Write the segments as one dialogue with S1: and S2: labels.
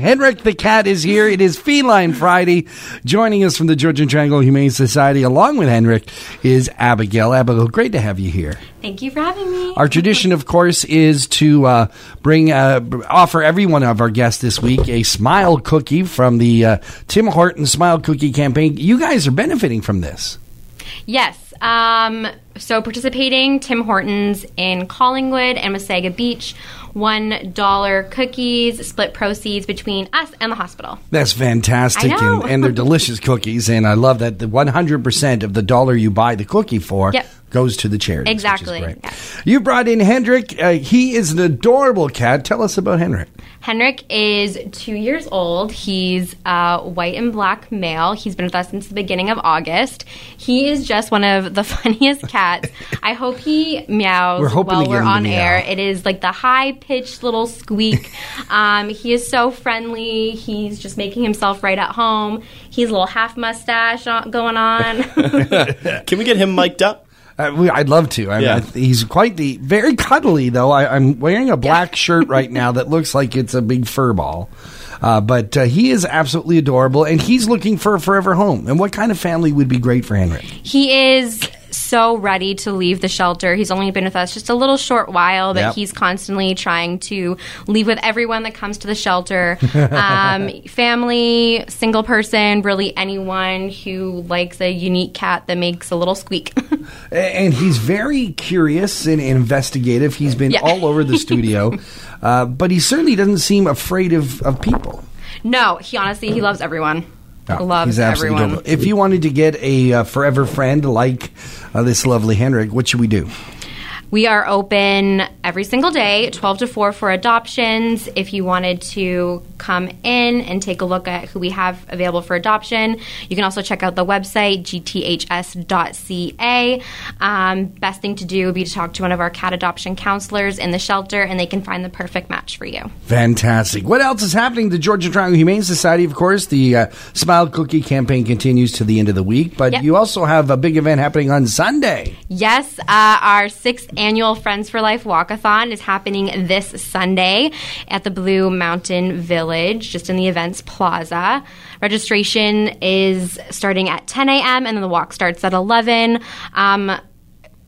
S1: Henrik the Cat is here. It is Feline Friday. Joining us from the Georgian Triangle Humane Society, along with Henrik, is Abigail. Abigail, great to have you here.
S2: Thank you for having me.
S1: Our tradition, of course, is to uh, bring uh, b- offer every one of our guests this week a smile cookie from the uh, Tim Horton Smile Cookie campaign. You guys are benefiting from this.
S2: Yes. Um, so participating, Tim Hortons in Collingwood and Wasaga Beach, $1 cookies, split proceeds between us and the hospital.
S1: That's fantastic,
S2: I know.
S1: And, and they're delicious cookies, and I love that the 100% of the dollar you buy the cookie for
S2: Yep.
S1: goes to the charity.
S2: Exactly, yeah.
S1: You brought in Hendrik. Uh, he is an adorable cat. Tell us about Henrik.
S2: Henrik is two years old. He's uh, white and black male. He's been with us since the beginning of August. He is just one of the funniest cats. I hope he meows
S1: We're hoping
S2: while
S1: to get
S2: we're
S1: him to
S2: on
S1: meow.
S2: air. It is like the high pitched little squeak. um, he is so friendly. He's just making himself right at home. He's a little half mustache on- going on.
S3: Can we get him mic'd up?
S1: Uh, we, I'd love to. I mean,
S3: Yeah.
S1: I th- he's quite the very cuddly though. I, I'm wearing a black shirt right now that looks like it's a big fur ball, uh, but uh, he is absolutely adorable, and he's looking for a forever home. And what kind of family would be great for Henrik?
S2: He is so ready to leave the shelter. He's only been with us just a little short while, but
S1: Yep.
S2: he's constantly trying to leave with everyone that comes to the shelter um, family, single person, really anyone who likes a unique cat that makes a little squeak.
S1: A- And he's very curious and investigative. He's been
S2: Yeah.
S1: all over the studio, uh, but he certainly doesn't seem afraid of, of people.
S2: no, he honestly, he loves everyone. loves
S1: He's absolutely
S2: everyone.
S1: adorable. If you wanted to get a uh, forever friend like uh, this lovely Henrik, what should we do?
S2: We are open every single day, 12 to 4 for adoptions. If you wanted to come in and take a look at who we have available for adoption, you can also check out the website, gths.ca. Um, best thing to do would be to talk to one of our cat adoption counselors in the shelter, and they can find the perfect match for you.
S1: Fantastic. What else is happening? The Georgia Triangle Humane Society, of course, the uh, Smile Cookie campaign continues to the end of the week, but
S2: Yep.
S1: you also have a big event happening on Sunday.
S2: Yes, uh, our sixth annual Friends for Life Walkathon is happening this Sunday at the Blue Mountain Village, just in the events plaza. Registration is starting at 10 a.m. and then the walk starts at 11. Um,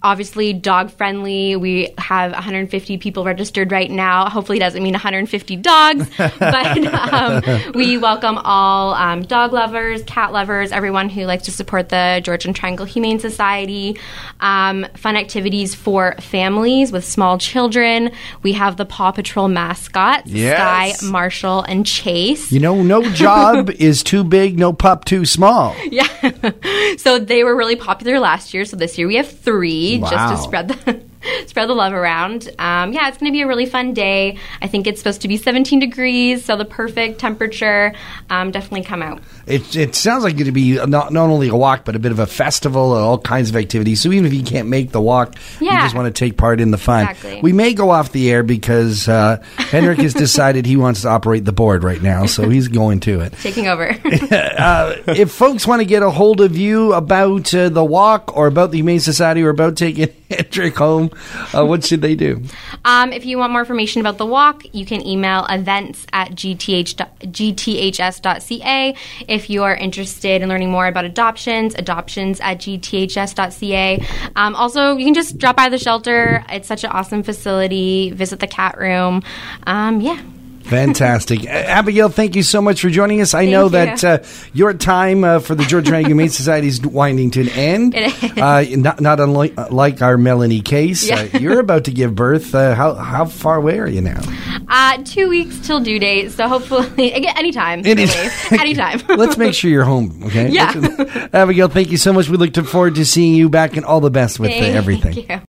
S2: obviously dog friendly. We have 150 people registered right now. Hopefully, it doesn't mean 150 dogs, but um, we welcome all um, dog lovers, cat lovers, everyone who likes to support the Georgian Triangle Humane Society. Um, fun activities for families with small children. We have the Paw Patrol mascots,
S1: Yes.
S2: Sky, Marshall, and Chase.
S1: You know, no job is too big, no pup too small.
S2: So they were really popular last year. So this year we have three just
S1: Wow.
S2: to spread the spread the love around. Um, yeah, it's going to be a really fun day. I think it's supposed to be 17 degrees, so the perfect temperature. Um, definitely come out.
S1: It, it sounds like it'd be not, not only a walk, but a bit of a festival and all kinds of activities. So even if you can't make the walk, you
S2: Yeah.
S1: just want to take part in the fun.
S2: Exactly.
S1: We may go off the air because uh, Henrik has decided he wants to operate the board right now, so he's going to it.
S2: Taking over.
S1: if folks want to get a hold of you about uh, the walk or about the Humane Society or about taking Hendrick home, uh, what should they do?
S2: um, if you want more information about the walk, you can email events at gth, gths.ca. If you are interested in learning more about adoptions, adoptions at gths.ca. Um, also, you can just drop by the shelter. It's such an awesome facility. Visit the cat room. Um, yeah.
S1: Fantastic. Uh, Abigail, thank you so much for joining us. I know
S2: you.
S1: that uh, your time uh, for the Georgia Rand Humane Society is winding to an end. Uh, not not unlike uh, like our Melanie case. Uh, you're about to give birth. Uh, how, how far away are you now?
S2: Uh, two weeks till due date, so hopefully again, anytime.
S1: Anytime.
S2: really. anytime.
S1: Let's make sure you're home, okay?
S2: Yeah.
S1: Let's- Abigail, thank you so much. We look forward to seeing you back and all the best with uh, everything.
S2: Thank you.